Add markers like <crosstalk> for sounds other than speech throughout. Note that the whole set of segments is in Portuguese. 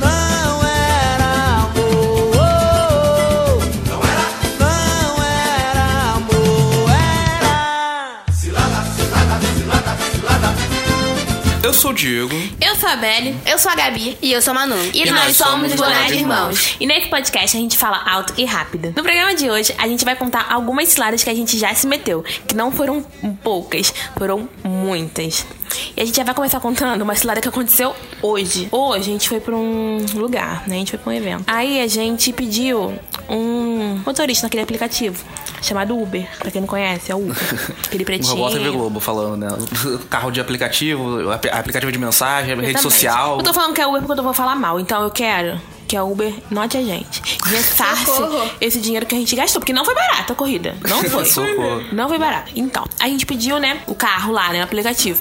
Não era amor, Não era não era amor, era. cilada, cilada, cilada, cilada. Eu sou o Diego. Eu sou a Belle. Eu sou a Gabi. E eu sou a Manu. E, nós, somos Bonade Irmãos. E nesse podcast a gente fala alto e rápido. No programa de hoje a gente vai contar algumas ciladas que a gente já se meteu. Que não foram poucas, foram muitas. E a gente já vai começar contando uma cilada que aconteceu hoje. Hoje a gente foi pra um lugar, né? A gente foi pra um evento. Aí a gente pediu um motorista naquele aplicativo chamado Uber. Pra quem não conhece, é o <laughs> Uber. Aquele O pretinho. Robó TV Globo falando, né? <laughs> Carro de aplicativo, ap- aplicativo de mensagem, rede Exatamente. social. Eu tô falando que é Uber porque eu vou falar mal. Então eu quero que a Uber note a gente. Ressarce Socorro. esse dinheiro que a gente gastou. Porque não foi barato a corrida. Não foi. <laughs> Socorro. Não foi barato. Então, a gente pediu, né, o carro lá, né, no aplicativo.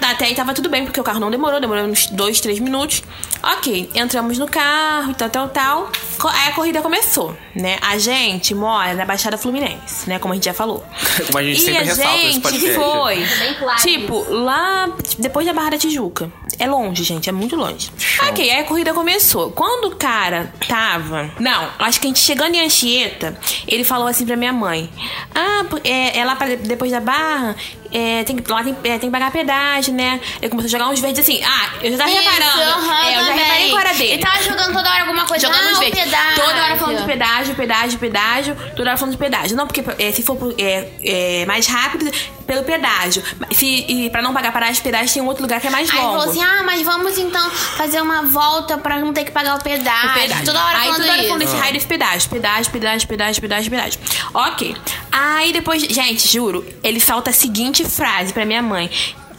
Tá, Até aí tava tudo bem, porque o carro não demorou. Demorou uns dois, três minutos. Ok, entramos no carro e tal, tal, tal. Co- Aí a corrida começou, né? A gente mora na Baixada Fluminense, né? Como a gente já falou. <laughs> Como a gente e sempre a ressalta esse gente podcast. foi bem claro tipo, lá depois da Barra da Tijuca. É longe, gente, é muito longe. Ok, aí a corrida começou. Quando o cara tava. Não, acho que a gente chegando em Anchieta, ele falou assim pra minha mãe: Ah, pô, é, é lá pra, depois da Barra, é, tem, que- lá tem, é, tem que pagar pedágio, né? Ele começou a jogar uns verdes assim: Ah, eu já tava Isso, reparando. aham, é, eu já também. Então, reparei com a hora dele. Ele tava jogando toda hora alguma coisa. Jogando ah, os o verdes. pedágio. Toda hora falando de pedágio, pedágio, pedágio. Toda hora falando de pedágio. Não, porque eh, se for eh, eh, mais rápido, pelo pedágio. Se, e pra não pagar paragem de pedágio, tem um outro lugar que é mais Aí longo. falou assim, ah, mas vamos então fazer uma volta pra não ter que pagar o pedágio. O pedágio. "Ah, Toda hora Aí falando toda hora falando isso. esse raio desse pedágio. Pedágio, pedágio, pedágio, pedágio, pedágio. Ok. Aí depois, gente, juro, ele solta a seguinte frase pra minha mãe.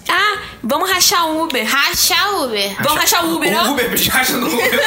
Ah, vamos rachar o Uber. Racha. Rachar Uber. Vamos rachar o Uber, O não? Uber, bicho, acha <laughs> no Uber.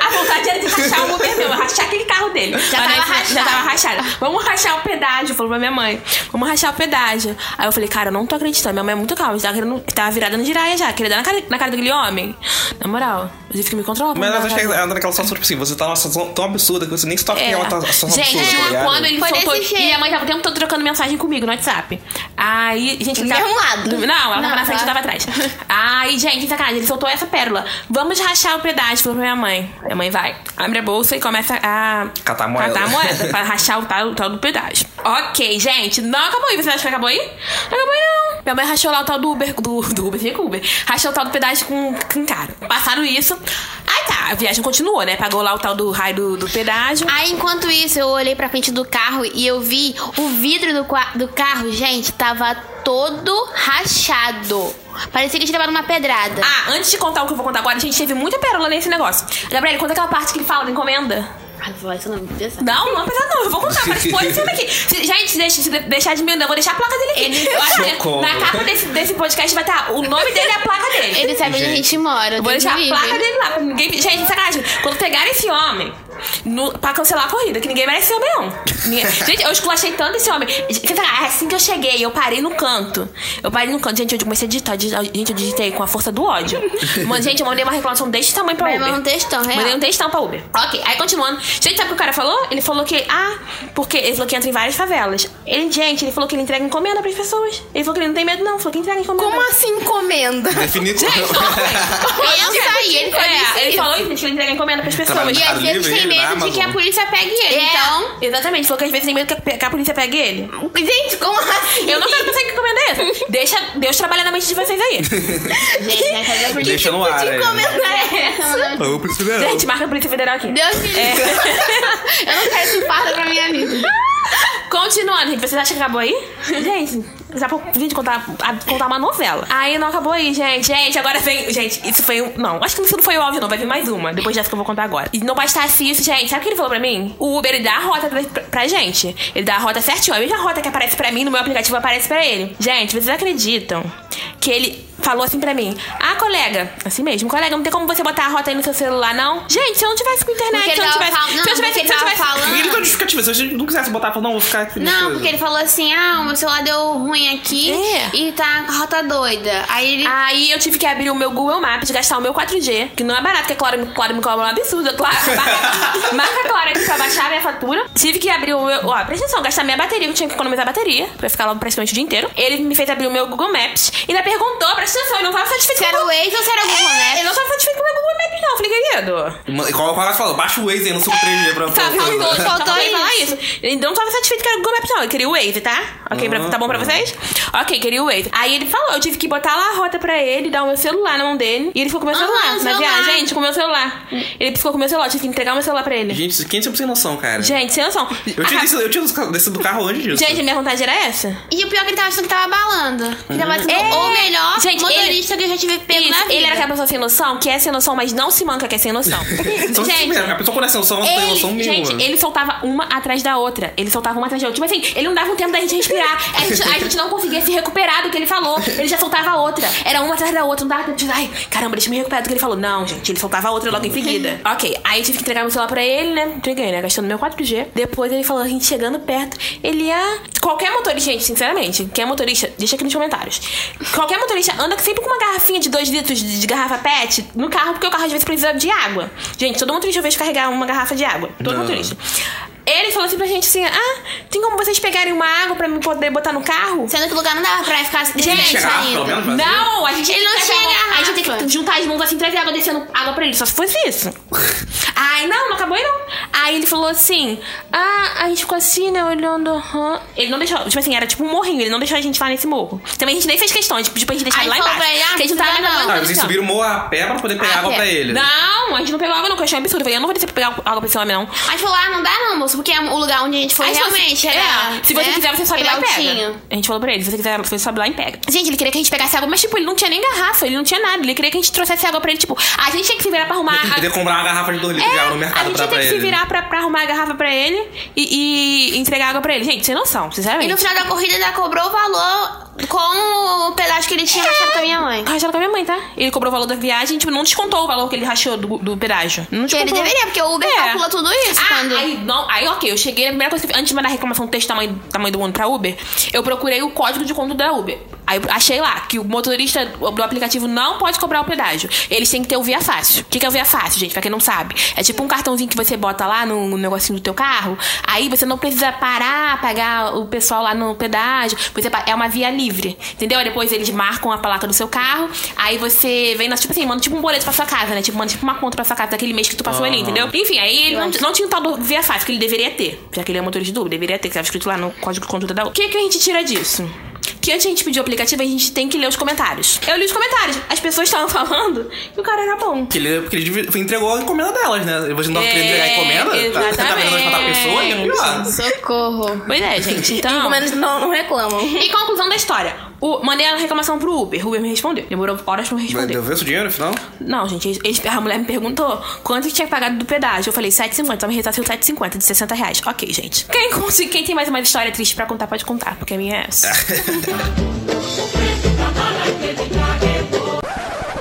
A vontade era de rachar o Uber meu, rachar aquele carro dele. Já, tava já rachado. tava rachada. Vamos rachar o pedágio, falou pra minha mãe. Vamos rachar o pedágio. Aí eu falei, cara, eu não tô acreditando. Minha mãe é muito calma. Tava, querendo, tava virada no giraia já. Queria dar na cara, na cara daquele homem. Na moral, eu tive que me controlar. pra Mas não ela dar acha na que cara ela tá naquela situação, tipo assim, você tá numa situação tão absurda que você nem se toca que é. ela tá numa situação gente, absurda. tá é, ligado? quando ele Foi soltou. desse E minha jeito. mãe tava o tempo todo trocando mensagem comigo no WhatsApp. Aí, gente. ele Do tava- mesmo lado. Não, ela Não, tava na frente e eu claro. tava atrás. Aí, gente, sacanagem, ele soltou essa pérola. Vamos rachar o pedágio, falou pra minha mãe. Minha mãe vai, abre a bolsa e começa a. Catar a moeda. Catar a <laughs> moeda pra rachar o tal, o tal do pedágio. Ok, gente, não acabou aí. Você acha que acabou aí? Não acabou aí, não. Minha mãe rachou lá o tal do Uber. Do, do Uber, fica com Uber. Rachou o tal do pedágio com, com cara. Passaram isso. Aí tá, a viagem continuou, né? Pagou lá o tal do raio do, do pedágio. Aí, enquanto isso, eu olhei pra frente do carro e eu vi o vidro do, qua- do carro, gente, tava todo rachado. Parecia que tinha levado uma pedrada. Ah, antes de contar o que eu vou contar agora, a gente teve muita pérola nesse negócio. Gabriel, conta aquela parte que ele fala da encomenda. Ai, vó, isso não me interessa. Não, não é pesado, não. Eu vou contar, mas pode ser daqui. Se- Gente, se deixa, se de- deixar de mim, eu vou deixar a placa dele aqui. eu acho que Socorro. na capa desse, desse podcast vai estar o nome dele e a placa dele. Ele sabe onde a gente mora. Eu vou Deus deixar me a placa livre. dele lá pra ninguém. Gente, sacanagem. Quando pegarem esse homem no, pra cancelar a corrida, que ninguém merece esse homem, não. Ninguém- <laughs> gente, eu esculachei tanto esse homem. Gente, sacanagem, assim que eu cheguei, eu parei no canto. Eu parei no canto. Gente, eu comecei a digitar. digitar- gente, eu digitei com a força do <laughs> ódio. Mas, gente, eu mandei uma reclamação deste tamanho pra Vai Uber. mandar um textão, real. Mandei um textão pra Uber. Ok, aí continuando. Gente, sabe o que o cara falou? Ele falou que. Ah, porque ele falou que entra em várias favelas. Ele, gente, ele falou que ele entrega encomenda pras pessoas. Ele falou que ele não tem medo, não. Falou que entrega encomenda. Como assim encomenda? Definido. <laughs> Pensa aí, ele falou É, isso. ele falou isso, gente, que ele entrega encomenda pras pessoas. E às Mercado vezes Tá Livre, tem ele, na medo de que Amazon. a polícia pegue ele. É, Então, Exatamente, falou que às vezes tem medo que a, pe- que a polícia pegue ele. Gente, como assim? Eu não quero pensar que encomenda é essa. <laughs> Deixa Deus trabalhar na mente de vocês aí. gente, vai fazer por Deixa no ar. é. Eu preciso dela. gente, marca a Polícia Federal aqui. Deus me livre. Eu não quero esse fardo pra minha vida. Continuando, gente, vocês acham que acabou aí? Gente, já vou gente, contar, a- contar uma novela. Aí não acabou aí, gente. Gente, agora vem. Gente, isso foi um. Não, acho que isso não foi o áudio, não. Vai vir mais uma. Depois dessa que eu vou contar agora. E não bastasse isso, gente. Sabe o que ele falou pra mim? O Uber, ele dá a rota pra, pra gente. Ele dá a rota certinho. É A mesma rota que aparece pra mim no meu aplicativo aparece pra ele. Gente, vocês acreditam que ele. Falou assim pra mim, ah, colega, assim mesmo, colega, não tem como você botar a rota aí no seu celular, não? Gente, se eu não tivesse com internet, Porque se eu não ele tivesse. tava fal- se eu não, tivesse, porque ele se eu tava tivesse. falando- Ele deu justificativa. Se você não quisesse botar, falou, não, vou ficar aqui. Não, porque ele falou assim: ah, o meu celular deu ruim aqui É. Ah. e tá com a rota doida. Aí ele. Aí eu tive que abrir o meu Google Maps, gastar o meu 4G, que não é barato, porque a Clara, Clara me cobra um absurdo. Clara, marca, marca a Clara aqui pra baixar a minha fatura. Tive que abrir o meu. Ó, presta atenção, gastar minha bateria, que eu tinha que economizar bateria, pra ficar lá praticamente o dia inteiro. Ele me fez abrir o meu Google Maps e ainda perguntou, presta atenção, eu não tava satisfeito Se com era o o ex ou se era o Google né?" é, Maps? Eu não tava satisfeito cedo. Uma- e Qual qual ela falou? Baixa o Waze aí no seu 3G pra Sabe, pra- faltou, pra- faltou Faltou ele falar isso. Ele não tava satisfeito com o Google Maps, não. Ele queria o Waze, tá? Ok, Ah, pra- tá bom pra vocês? Ok, queria o Waze. Aí ele falou, eu tive que botar lá a rota pra ele, dar o meu celular na mão dele. E ele ficou com o meu Aham, celular. na celular. viagem, gente, com o meu celular. Ele ficou com o meu celular, eu tive que entregar o meu celular pra ele. Gente, isso- quem sempre sem noção, cara? Gente, sem noção. Eu A tinha, ra- descido, eu tinha descido do carro antes disso. Gente, a minha vontade era essa. E o pior é que ele tava achando que tava balando. Que tava sendo, ou melhor, Gente, motorista que eu já tive pego Isso, na vida. ele era aquela pessoa sem noção, que é sem noção, mas não se manca que é sem noção. <laughs> Só que gente, Então, a pessoa conhece noção, ela não tem ele, noção nenhuma. gente, ele soltava uma atrás da outra. Ele soltava uma atrás da outra. Tipo assim, ele não dava um tempo da gente respirar. A gente, a gente não conseguia se recuperar do que ele falou. Ele já soltava outra. Era uma atrás da outra. Não dava tempo de. Ai, caramba, deixa eu me recuperar do que ele falou. Não, gente, ele soltava outra logo em seguida. ok, aí eu tive que entregar meu celular pra ele, né? Entreguei, né? Gastando meu 4G. Depois ele falou, a gente chegando perto. Ele ia. Qualquer motorista, gente, sinceramente, quem é motorista, deixa aqui nos comentários. Qualquer motorista anda sempre com uma garrafinha de 2 litros de de garrafa PET no carro, porque o carro às vezes precisa de água. Gente, todo motorista eu vejo carregar uma garrafa de água. Todo Não. motorista. Ele falou assim pra gente assim: ah, tem como vocês pegarem uma água pra me poder botar no carro? Sendo que o lugar não dava pra ficar Gente, gente, chegar, pelo ainda. menos. Vazio? Não, a gente Ele não tem que tinha pegar- garrafa. A gente tem que juntar as mãos assim, trazer água, descendo água pra ele. Só se fosse isso. <laughs> Ai, não, não acabou aí não. Aí ele falou assim: Ah, a gente ficou assim, né, olhando. aham. Ele não deixou, tipo assim, era tipo um morrinho, ele não deixou a gente lá nesse morro. Também a gente nem fez questão, tipo, tipo a gente deixar Aí ele lá falou embaixo. pra ele, ah, porque a gente não tava não mais dá aguentando Ah, não. a vocês gente, ó. subiram o morro a pé pra poder pegar A água pé. pra ele. Não, a gente não pegou água, não, que eu achei um absurdo. Eu falei, eu não vou descer pra pegar água pra esse homem, não. Mas falou, ah, não dá não, moço, porque é o lugar onde a gente foi Aí se você- realmente é, era. se você né, quiser, você sobe lá e pega. altinho. A gente falou pra ele, se você quiser, você sobe lá e pega. Gente, ele queria que a gente pegasse água, mas tipo, ele não tinha nem garrafa, ele não tinha nada. Ele queria que a gente trouxesse água pra ele, tipo, a gente tinha que se virar pra arrumar. Ele poder a... comprar uma garrafa de 2 litros de água no É, a mercado gente pra, ia ter pra que ele. se virar pra, pra arrumar a garrafa pra ele e, e entregar água pra ele. Gente, sem noção, E sinceramente. no final da corrida ainda cobrou o valor com o pedaço que ele tinha rachado com a minha mãe. Rachado com a minha mãe, tá? Ele cobrou o valor da viagem, tipo, não descontou o valor que ele rachou do, do pedágio. Não Que ele descontou. deveria, porque o Uber É. calcula tudo isso Ah, quando. aí, não, aí, ok, eu cheguei, a primeira coisa que eu fiz, antes de mandar reclamação do texto tamanho, tamanho do mundo pra Uber, eu procurei o código de conduta da Uber. Aí eu achei lá que o motorista do aplicativo não pode cobrar o pedágio. Eles têm que ter o Via Fácil. O que que é o Via Fácil, gente? Pra quem não sabe. É tipo um cartãozinho que você bota lá no, no negocinho do teu carro. Aí você não precisa parar, pagar o pessoal lá no pedágio. Você pa- é uma via livre. Entendeu? Aí Depois eles marcam a placa do seu carro. Aí você vem, na- tipo assim, manda tipo um boleto pra sua casa, né? Tipo, manda tipo uma conta pra sua casa daquele mês que tu passou ali, entendeu? Enfim, aí ele não, não tinha o tal do Via Fácil que ele deveria ter. Já que ele é motorista do Uber, deveria ter, que estava escrito lá no código de conduta da Uber. O que, que a gente tira disso? Que antes a gente pedir o aplicativo, a gente tem que ler os comentários. Eu li os comentários. As pessoas estavam <laughs> falando que o cara era bom. Porque ele, porque ele devia- entregou a encomenda delas, né? Você não queria entregar a encomenda? Tá- Tá exatamente. vendo pra pessoa? é pior. Socorro. Pois é, gente. Então. Pelo menos não, não reclamam. E conclusão da história. O, mandei a reclamação pro Uber. O Uber me respondeu. Demorou horas pra me Vai responder. devolver seu dinheiro, afinal? Não, gente, eles- a mulher me perguntou quanto que tinha pagado do pedágio. Eu falei 7,50, só me retasse o 7,50 de 60 reais. Ok, gente. Quem, consi- quem tem mais uma história triste pra contar, pode contar, porque a minha é essa.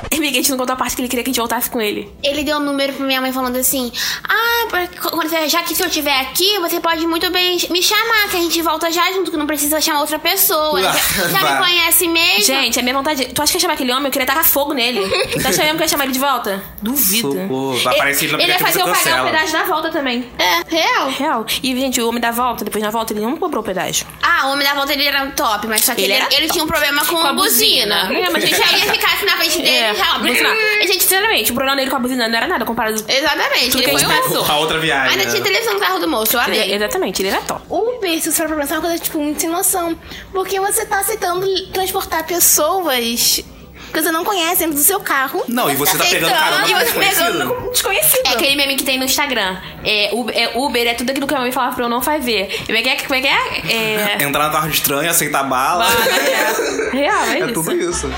E Miguel, a gente não contou a parte que ele queria que a gente voltasse com ele. Ele deu um número pra minha mãe falando assim: Ah, porque quando você- já que se eu estiver aqui, você pode muito bem me chamar, que a gente volta já junto, que não precisa chamar outra pessoa. Ah, Já, já vai. me conhece mesmo. Gente, a minha vontade. Tu acha que eu ia chamar aquele homem? Eu queria tacar fogo nele. Tu acha mesmo que eu ia chamar ele de volta? Duvido. Socorro. Vai aparecer ele no ele, ele vai aplicativo, fazer eu você pagar o cancela. pedágio da volta também. É, real. Real. E, gente, o homem da volta, depois na volta, ele não cobrou o pedágio. Ah, o homem da volta ele era top, mas só que Ele ele, era ele tinha um problema com, a buzina. É, mas a gente- Se alguém ficasse na frente dele, É, já. buzina. E, gente, sinceramente, o problema dele com a buzina não era nada comparado. Exatamente, Tudo que a ele gente foi um. passou. A outra viagem. Ainda tinha né? televisão no carro do moço, eu amei. Ele- exatamente, ele era top. Uber, se você for pra pensar, é uma coisa, tipo, muito sem noção. Porque você tá aceitando transportar pessoas que você não conhece dentro do seu carro. Não, e você tá pegando carona E com você desconhecido. pegando com desconhecido. É aquele meme que tem no Instagram. É, Uber é, Uber é tudo aquilo que a mãe falava pra eu não fazer. Como é que é? Como é que é? é... Entrar na carro de estranho, aceitar bala. Real, é, É isso. tudo isso.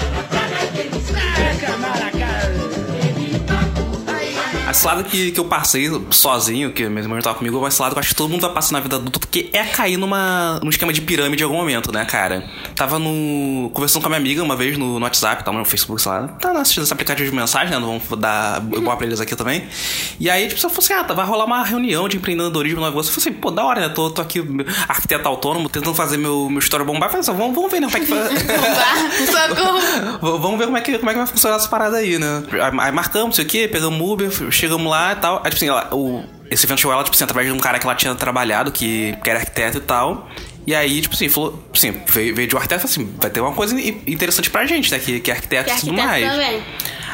A cilada que, que eu passei sozinho, que minha irmã não tava comigo, é uma cilada que eu acho que todo mundo vai passar na vida adulta, porque é cair numa, num esquema de pirâmide em algum momento, né, cara? Tava no. conversando com a minha amiga uma vez no, no WhatsApp, tava no Facebook, sei lá. Tava assistindo esse aplicativo de mensagem, né? Não vamos dar boa pra eles aqui também. E aí, tipo, você falou assim: ah, tá, vai rolar uma reunião de empreendedorismo no negócio. Eu falei assim, pô, da hora, né? Tô, tô aqui, arquiteto autônomo, tentando fazer meu, meu história bombar. Eu Falei assim, vamos, vamos ver, né? Como é que faz. <laughs> V- Vamos ver como é, que, como é que vai funcionar essa parada aí, né? Aí, aí marcamos isso aqui, pegamos um Uber, chegamos lá e tal. Aí, tipo assim, ela, o, esse evento chegou ela, tipo assim, através de um cara que ela tinha trabalhado, que, que era arquiteto e tal. E aí, tipo assim, falou, tipo assim, veio, veio de um arquiteto e falou assim, vai ter uma coisa i- interessante pra gente, né? Que, que é arquiteto Que e tudo arquiteto mais. também.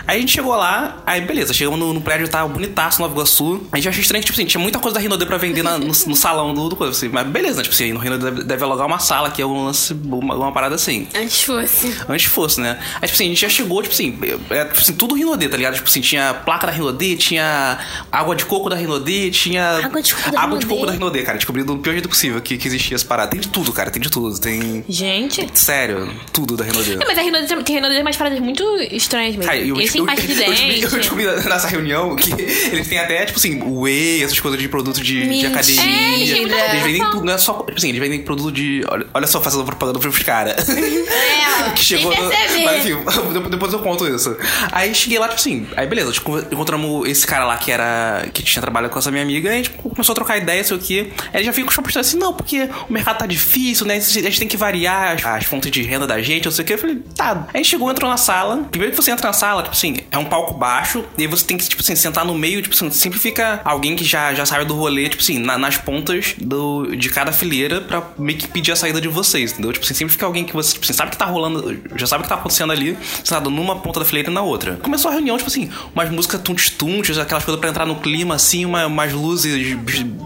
Aí a gente chegou lá, aí beleza, chegamos no, no prédio, tá bonitaço, Nova Iguaçu. A gente achou estranho que, tipo assim, tinha muita coisa da Rinode pra vender na- no, no salão do, do coisa, assim. Mas beleza, né? tipo assim, no Rinode deve, deve alugar uma sala aqui, algum lance, uma, alguma parada assim. Antes fosse. Antes fosse, né? Aí, tipo assim, a gente já chegou, tipo assim, é, tipo assim tudo Rinodê, tá ligado? Tipo assim, tinha placa da Rinodê, tinha água de coco da Rinodê, tinha. Água de coco da Água de Rinodê? coco da Rinodê, cara. Descobri do pior jeito possível que, que existia essa parada. Tem de tudo, cara, tem de tudo. Tem. Gente. Sério, tudo da Rinodê. É, mas a Rinode tem tem Rinode umas paradas muito estranhas mesmo. Cara, eu, Eles têm eu- <laughs> parte de eu descobri- dente. eu descobri nessa reunião que <laughs> eles têm até, tipo assim, whey, essas coisas de produto de, de Mentira. academia. É, eles têm muita eles vendem coisa. tudo, não é só. Tipo assim, eles vendem produto de. Olha, olha só, fazendo propaganda pros caras. É, ó, <laughs> que chegou. sem perceber. Mas, enfim, <laughs> depois- depois eu conto isso. Aí cheguei lá, tipo assim, aí beleza, tipo, encontramos esse cara lá que era. que tinha trabalhado com essa minha amiga, e a gente começou a trocar ideia, sei o quê. Aí ele já fica com o assim, não, porque o mercado tá difícil, né? A gente tem que variar as, as fontes de renda da gente, não sei o quê. Eu falei, tá. Aí chegou, entrou na sala. Primeiro que você entra na sala, tipo assim, é um palco baixo, e aí você tem que, tipo assim, sentar no meio, tipo assim, sempre fica alguém que já, já saiu do rolê, tipo assim, na- nas pontas do, de cada fileira pra meio que pedir a saída de vocês, entendeu? Tipo assim, sempre fica alguém que você tipo assim, sabe que tá rolando, já sabe o que tá acontecendo ali, sentado numa ponta da fileira e na outra. Começou a reunião, tipo assim, umas músicas tuntes-tuntes, aquelas coisas pra entrar no clima, assim, uma- umas luzes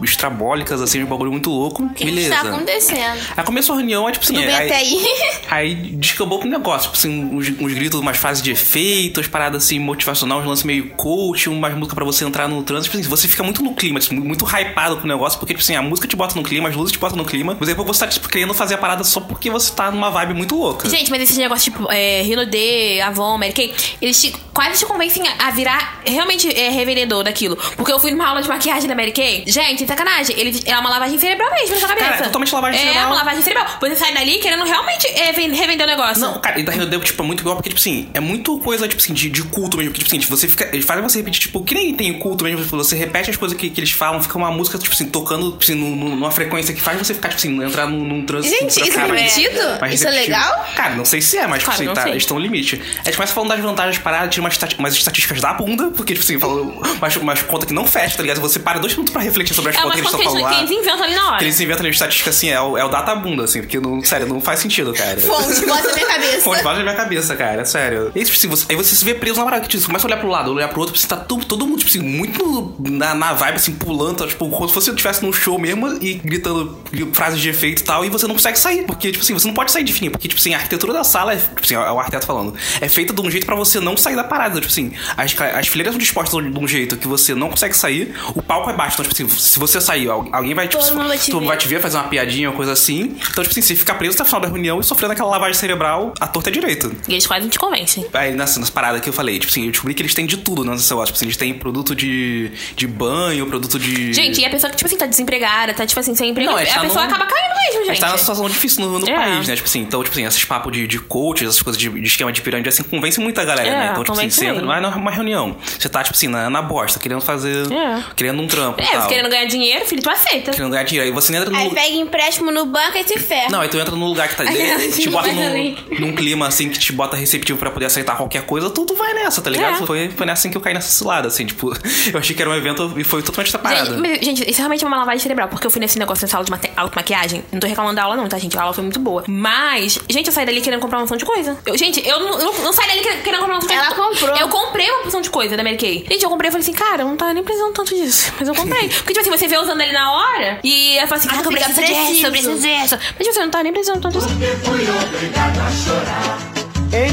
estrabólicas, assim, um bagulho muito louco. O que tá que Beleza. está acontecendo? Aí começou a reunião, aí, tipo assim. Tudo bem aí- até <laughs> aí? Aí descambou com o negócio, tipo assim, uns, uns gritos, umas frases de efeito, as paradas assim, motivacional, uns lances meio coach, umas músicas pra você entrar no trânsito. Tipo assim, você fica muito no clima, tipo, muito hypado com o negócio, porque, tipo assim, a música te bota no clima, as luzes te botam no clima, mas depois você tá, tipo, querendo fazer a parada só porque você tá numa vibe muito louca. Gente, mas esses negócios tipo é, Rinode, Avon, Mary Kay, eles te- quase te convencem a a virar realmente é, revendedor daquilo. Porque eu fui numa aula de maquiagem da Mary Kay. Gente, sacanagem. Ele, é uma lavagem cerebral mesmo na sua Cara, cabeça. é totalmente lavagem é cerebral. É uma lavagem cerebral. Você sai dali querendo realmente é, ven- revender o negócio. Não, cara, e da Rinodeu, tipo, é muito igual, porque, tipo assim, é muito coisa, tipo assim, de, de culto mesmo. Que, tipo assim, você fica. Eles fazem você repetir, tipo, que nem tem culto mesmo, tipo, você repete as coisas que, que eles falam, fica uma música, tipo assim, tocando tipo assim, num- num- numa frequência que faz você ficar, tipo assim, entrar num, num trânsito. assim, Gente, pra isso é cá, mas- permitido? mas Isso é repetido. legal? Cara, não sei se é, mas, tipo Cara, assim, não tá, sei. eles estão no limite. É, A gente começa falando das vantagens de parar, tira umas, estati- umas estatísticas da bunda, porque, tipo assim, falou umas, umas contas que não fecha, tá ligado? Você para dois minutos pra refletir sobre as é uma contas que coisa eles que estão eles, falando. lá. que eles inventam ali na hora. Que eles inventam ali, estatística assim, é o, é o data bunda, assim, porque não, sério, não faz sentido, cara. Fonte, bota na é minha cabeça. Fonte bate na minha cabeça, cara, sério. E, tipo, assim, você, aí você se vê preso na parada, que, tipo, você começa a olhar pro lado, olhar pro outro, você tá todo, todo mundo, tipo assim, muito na, na vibe, assim, pulando, tipo, como se você estivesse num show mesmo e gritando frases de efeito e tal, e você não consegue sair, porque, tipo assim, você não pode sair de fininho, porque, tipo assim, a arquitetura da sala, é, tipo assim, é o arquiteto falando, é feita de um jeito pra você não sair da parada, tipo assim, as, ca- as fileiras são dispostas de um jeito que você não consegue sair, o palco é baixo, então, tipo assim, se você sair, al- alguém vai, tipo, Todo mundo vai te todo ver. mundo vai te ver, fazer uma piadinha, uma coisa assim. Então, tipo assim, você fica preso até o final da reunião e sofrendo aquela lavagem cerebral à torta e à direita. E eles quase te convencem. Aí nessa, nessa parada que eu falei, tipo assim, eu descobri que eles têm de tudo né, nesse negócio. Tipo assim, eles têm produto de, de banho, produto de. Gente, e a pessoa que, tipo assim, tá desempregada, tá, tipo assim, sem emprego, Não, a, a gente tá pessoa num- acaba caindo mesmo, A gente. gente tá numa situação difícil no, no É. país, né? Tipo assim, então, tipo assim, esses papos de, de coaches, essas coisas de, de esquema de pirâmide, assim, convence muita galera, É, né? Então, tipo assim, convence você mesmo. vai numa reunião, você tá, tipo assim, na, na bosta, querendo fazer. É. Querendo um trampo. e É, tal, querendo ganhar dinheiro, filho, tu aceita. querendo ganhar dinheiro. Aí você entra no. Aí pega empréstimo no banco e se <laughs> ferra. Não, aí tu entra num lugar que <laughs> tá. Aquela te bota coisa ali. num, num clima assim que te bota receptivo pra poder aceitar qualquer coisa, tudo vai nessa, tá ligado? É. Foi, foi nessa assim que eu caí nessa cilada, assim, tipo, <laughs> eu achei que era um evento e foi totalmente essa parada. Gente, mas, gente, isso realmente é uma lavagem cerebral, porque eu fui nesse negócio nessa aula de mate- automaquiagem. Não tô reclamando da aula, não, tá, gente? A aula foi muito boa. Mas, gente, eu saí dali querendo comprar uma porção de coisa. Eu- gente, eu não, eu não saí dali querendo querendo comprar uma porção de Ela coisa. comprou. Eu comprei uma porção de coisa da Mary Kay. Gente, eu comprei e falei assim, cara, eu não tava nem precisando tanto disso. Mas eu comprei. <laughs> Porque, tipo assim, você vê usando ali na hora e ela fala assim, caraca, eu fica, preciso disso, eu preciso. preciso disso. Mas, tipo assim, eu não tava nem precisando tanto disso.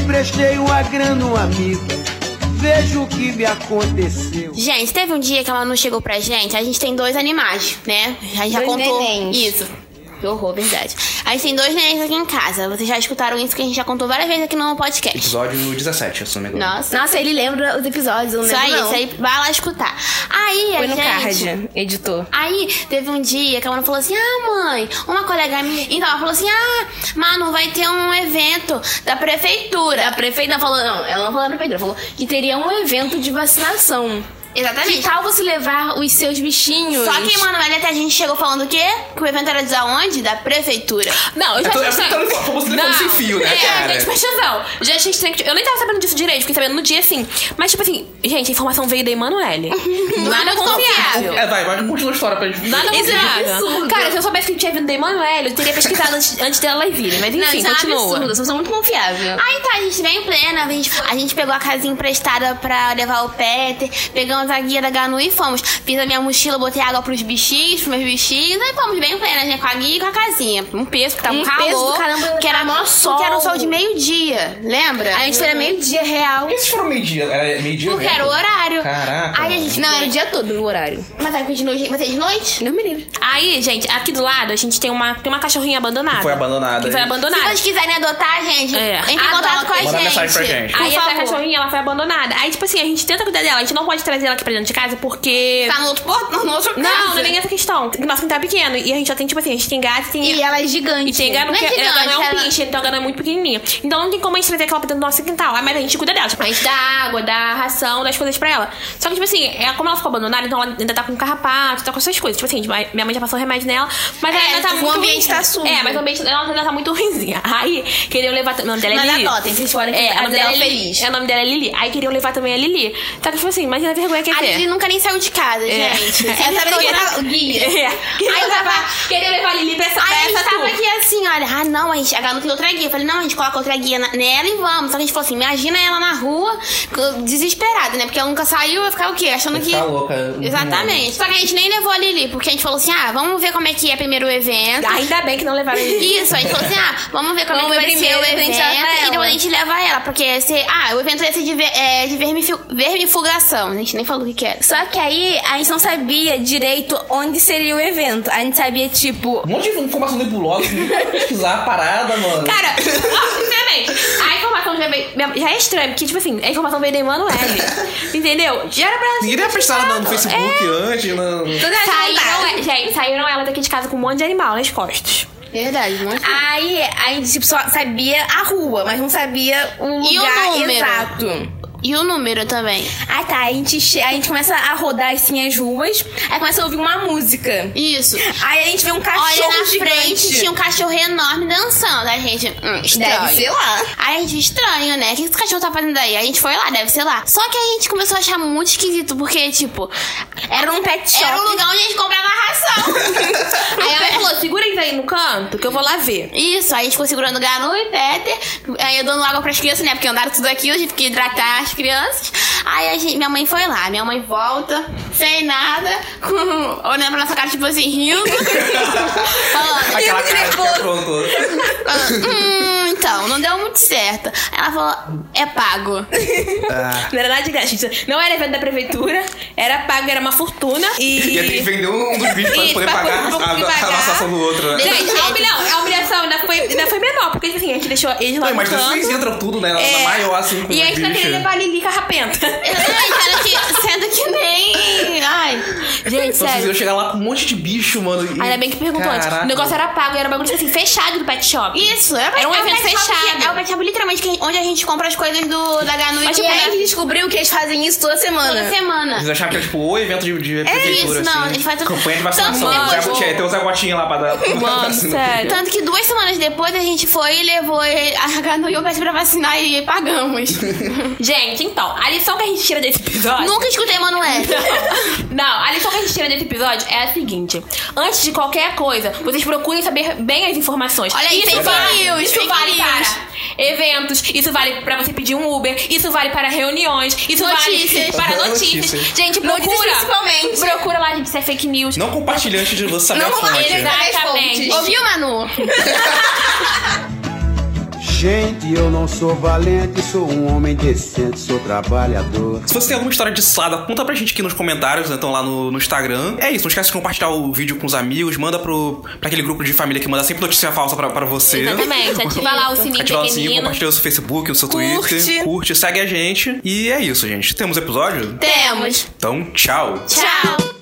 Emprestei uma grana, um amigo. Veja o que me aconteceu. Gente, teve um dia que ela não chegou pra gente. A gente tem dois animais, né? A gente já Dois contou nenéns. isso. Que horror, verdade. A gente tem dois nenéns aqui em casa. Vocês já escutaram isso que a gente já contou várias vezes aqui no podcast. Episódio 17, se não me engano. Nossa. Nossa, ele lembra os episódios, eu não Isso lembro aí, não. isso aí. Vai lá escutar. Aí, a Foi no gente... card, editor. Aí teve um dia que a Manu falou assim: Ah, mãe, uma colega minha. Então ela falou assim: Ah, Manu, vai ter um evento da prefeitura. A prefeita falou, não, ela não falou da prefeitura, falou que teria um evento de vacinação. Exatamente. De tal você levar os seus bichinhos. Só que em Manoel até a gente chegou falando o quê? Que o evento era de aonde? Da prefeitura. Não, eu já É to- é tinha. telefone- como se telefone sem fio, né, é, cara? gente, presta atenção. Já tinha estranho que- Eu nem tava sabendo disso direito, fiquei sabendo no dia assim. Mas, tipo assim, gente, a informação veio da Emanuele. Nada muito confiável. É, vai, vai, continua a história pra gente. Nada Isso é um confiável. absurdo. Cara, se eu soubesse que tinha vindo da Emanuele, eu teria pesquisado antes, antes delas virem. Mas enfim, não, isso é um continua. absurdo, vocês são muito confiáveis. Aí tá, a gente veio em plena, a gente, a gente pegou a casinha emprestada pra levar o Peter, pegamos a guia da Ganu e fomos. Fiz a minha mochila, botei água pros bichinhos, pros meus bichinhos, aí fomos bem em plena, né? Com a guia e com a casinha. Um peso que tava um Um peso calor, do caramba, que era tava mó sol. que era um sol de meio-dia, lembra? A gente foi meio-dia real. Esses foram meio-dia. Era meio-dia. Porque mesmo? era o horário. Caraca. Aí a gente. Não, era o dia todo no horário. Mas aí de noite. Mas é de noite? Não me livre. Aí, gente, aqui do lado a gente tem uma, tem uma cachorrinha abandonada. Que foi abandonada, Que foi hein? Se abandonada. vocês quiserem adotar, gente, É. entre em contato com a gente. Manda mensagem pra gente. Por Aí essa favor. cachorrinha ela foi abandonada. Aí, tipo assim, a gente tenta cuidar dela, a gente não pode trazer ela aqui pra dentro de casa porque. Tá no outro porto, no outro Não, não é casa. nem essa questão. Nosso quintal é pequeno. E a gente já tem, tipo assim, a gente tem gato tem. E ela é gigante. E tem gano Não é que é, gigante, gano é um ela- pinche, então a gano é muito pequenininha. Então não tem como a gente trazer aquela pra dentro do nosso quintal. Ah, Mas a gente cuida dela. Tipo, a gente dá água, dá ração, dá as coisas pra ela. Só que, tipo assim, é, como ela ficou abandonada, então ela ainda tá com carrapato, tá com essas coisas. Tipo assim, tipo, minha mãe já passou remédio nela, mas É, ela ainda tá o muito. ambiente tá sujo. É, mas o ambiente ela ainda tá muito ruimzinha. <laughs> Aí, queriam levar. O nome dela é Mas Lili. adotem, vocês podem é, ficar o nome dela é dela Lili. feliz. É, o nome dela é Lili. Aí queriam levar também a Lili. Só que, tipo assim, imagina a vergonha que é A ter. Lili nunca nem saiu de casa, É. <laughs> gente. É, Ela sabe tava que- na <laughs> guia. É. Aí eu tava. Queriam levar a Lili pra <laughs> essa Aí a pra gente essa tava turma. aqui assim, olha, ah não, a gente, a Ganu tem outra guia. Eu falei, não, a gente coloca outra guia na- nela e vamos. Só que a gente falou assim, imagina ela na rua, co- desesperada, né? Porque ela nunca saiu, vai ficar o quê? Achando que. Tá louca. não tem Exatamente. Só que a gente nem levou a Lili, porque a gente falou assim, ah, vamos ver como é que é primeiro o evento. Ainda bem que não levaram a Lili. Isso, a gente falou assim, ah, vamos ver como Vamos é ver que vai primeiro, ser o a gente evento. leva E ela. depois a gente leva ela, porque se, ah, o evento ia ser de, ver- é, de vermifu- vermifugação. A gente nem falou o que que era. Só que aí a gente não sabia direito onde seria o evento. A gente sabia, tipo. Um monte de informação nebulosa, assim, <laughs> pesquisar a parada, mano. Cara, ó, sinceramente, a informação já, veio, já é estranha, porque, tipo assim, a informação veio da <laughs> Emanuele. entendeu? Já era pra. Ninguém ia prestar nada no Facebook é. antes, não. Toda Saíram, a é- gente, saíram ela daqui de casa com um monte de animal nas costas. Verdade, mano. Aí a gente tipo, só sabia a rua, mas não sabia o E o lugar número? exato. E o número também. Aí tá, a gente, che- a gente começa a rodar assim as ruas, aí começa a ouvir uma música. Isso. Aí a gente vê um Olha cachorro na gigante. frente, tinha um cachorro enorme dançando. A gente, hum, estranho. Deve ser lá. Aí a gente, estranho, né? O que esse cachorro tá fazendo aí? A gente foi lá, deve ser lá. Só que a gente começou a achar muito esquisito, porque, tipo, Era um pet shop. era um lugar onde a gente comprava <laughs> ração. Aí ela falou: segura isso aí no canto que eu vou lá ver. Isso, aí a gente ficou segurando o Ganu e Peter. Aí eu dando água pras crianças, né? Porque andaram tudo aquilo, a gente que hidratar as crianças. Aí a gente, minha mãe foi lá, minha mãe volta, sem nada, <laughs> com- olhando pra nossa cara, tipo assim, rindo. Falando, Aquela cara que aprontou. Hum, então, não deu muito certo. Aí Ela falou, é pago. <laughs> Não era nada de graça. né, gente. Não era evento da prefeitura, era pago, era uma fortuna. E. Ia ter que vender um dos bichos pra Isso, poder pra pagar poder a, a, pagar. a nossa ação do outro, né? Gente, a humilhação, a humilhação ainda foi, ainda foi menor, porque tipo assim, a gente deixou eles lá Não, no imagina se vocês canto. entram tudo, né? Na É. maior, assim, com e a os gente tá querendo bichos. levar a Lili Carrapenta. Exatamente, sendo que, sendo que nem. Ah, Ai. <laughs> Gente, Vocês sério. iam chegar lá com um monte de bicho, mano. e- Ainda bem que perguntou antes. Caraca. O negócio era pago, era um bagulho tipo assim, fechado do pet shop. Isso, era, pra- Era um é o evento pet shop que- fechado. É o pet shop, literalmente, que- onde a gente compra as coisas do, da Ganu e Mas, que tipo, é é Aí a gente descobriu que eles fazem isso toda semana. toda semana. Vocês achavam que era tipo o evento de, de prefeitura, isso, não, assim. ele faz tudo- Campanha de Tanto vacinação. que Zé depois- Gotinha, tem o Zé Gotinha lá Tá pra né? dar. assim Mano, sério. Tanto que duas semanas depois a gente foi e levou ele- a Ganu e o pet pra vacinar e pagamos. Gente, então, a lição que a gente tira desse episódio. Nunca escutei Manoel. <laughs> Não, a lição que a gente tira desse episódio é a seguinte: antes de qualquer coisa, vocês procurem saber bem as informações. Olha aí, isso fake vale, news, isso fake vale news. para eventos, isso vale pra você pedir um Uber, isso vale para reuniões, isso vale Notícias. para notícias. Notícias. Gente, procura. principalmente. Procura lá, gente, se é fake news. Não é. compartilhe antes de você saber a é fonte. Exatamente. Ouviu, Manu? Gente, eu não sou valente, sou um homem decente, sou trabalhador. Se você tem alguma história de cilada, conta pra gente aqui nos comentários, né, então lá no, no Instagram. É isso, não esquece de compartilhar o vídeo com os amigos, manda pro, pra aquele grupo de família que manda sempre notícia falsa pra, pra você. Exatamente. Ativa lá o sininho Ativar o sininho, pequenino. compartilha no seu Facebook, no seu Curte. Twitter. Curte, segue a gente. E é isso, gente. Temos episódio? Temos. Então, tchau. Tchau.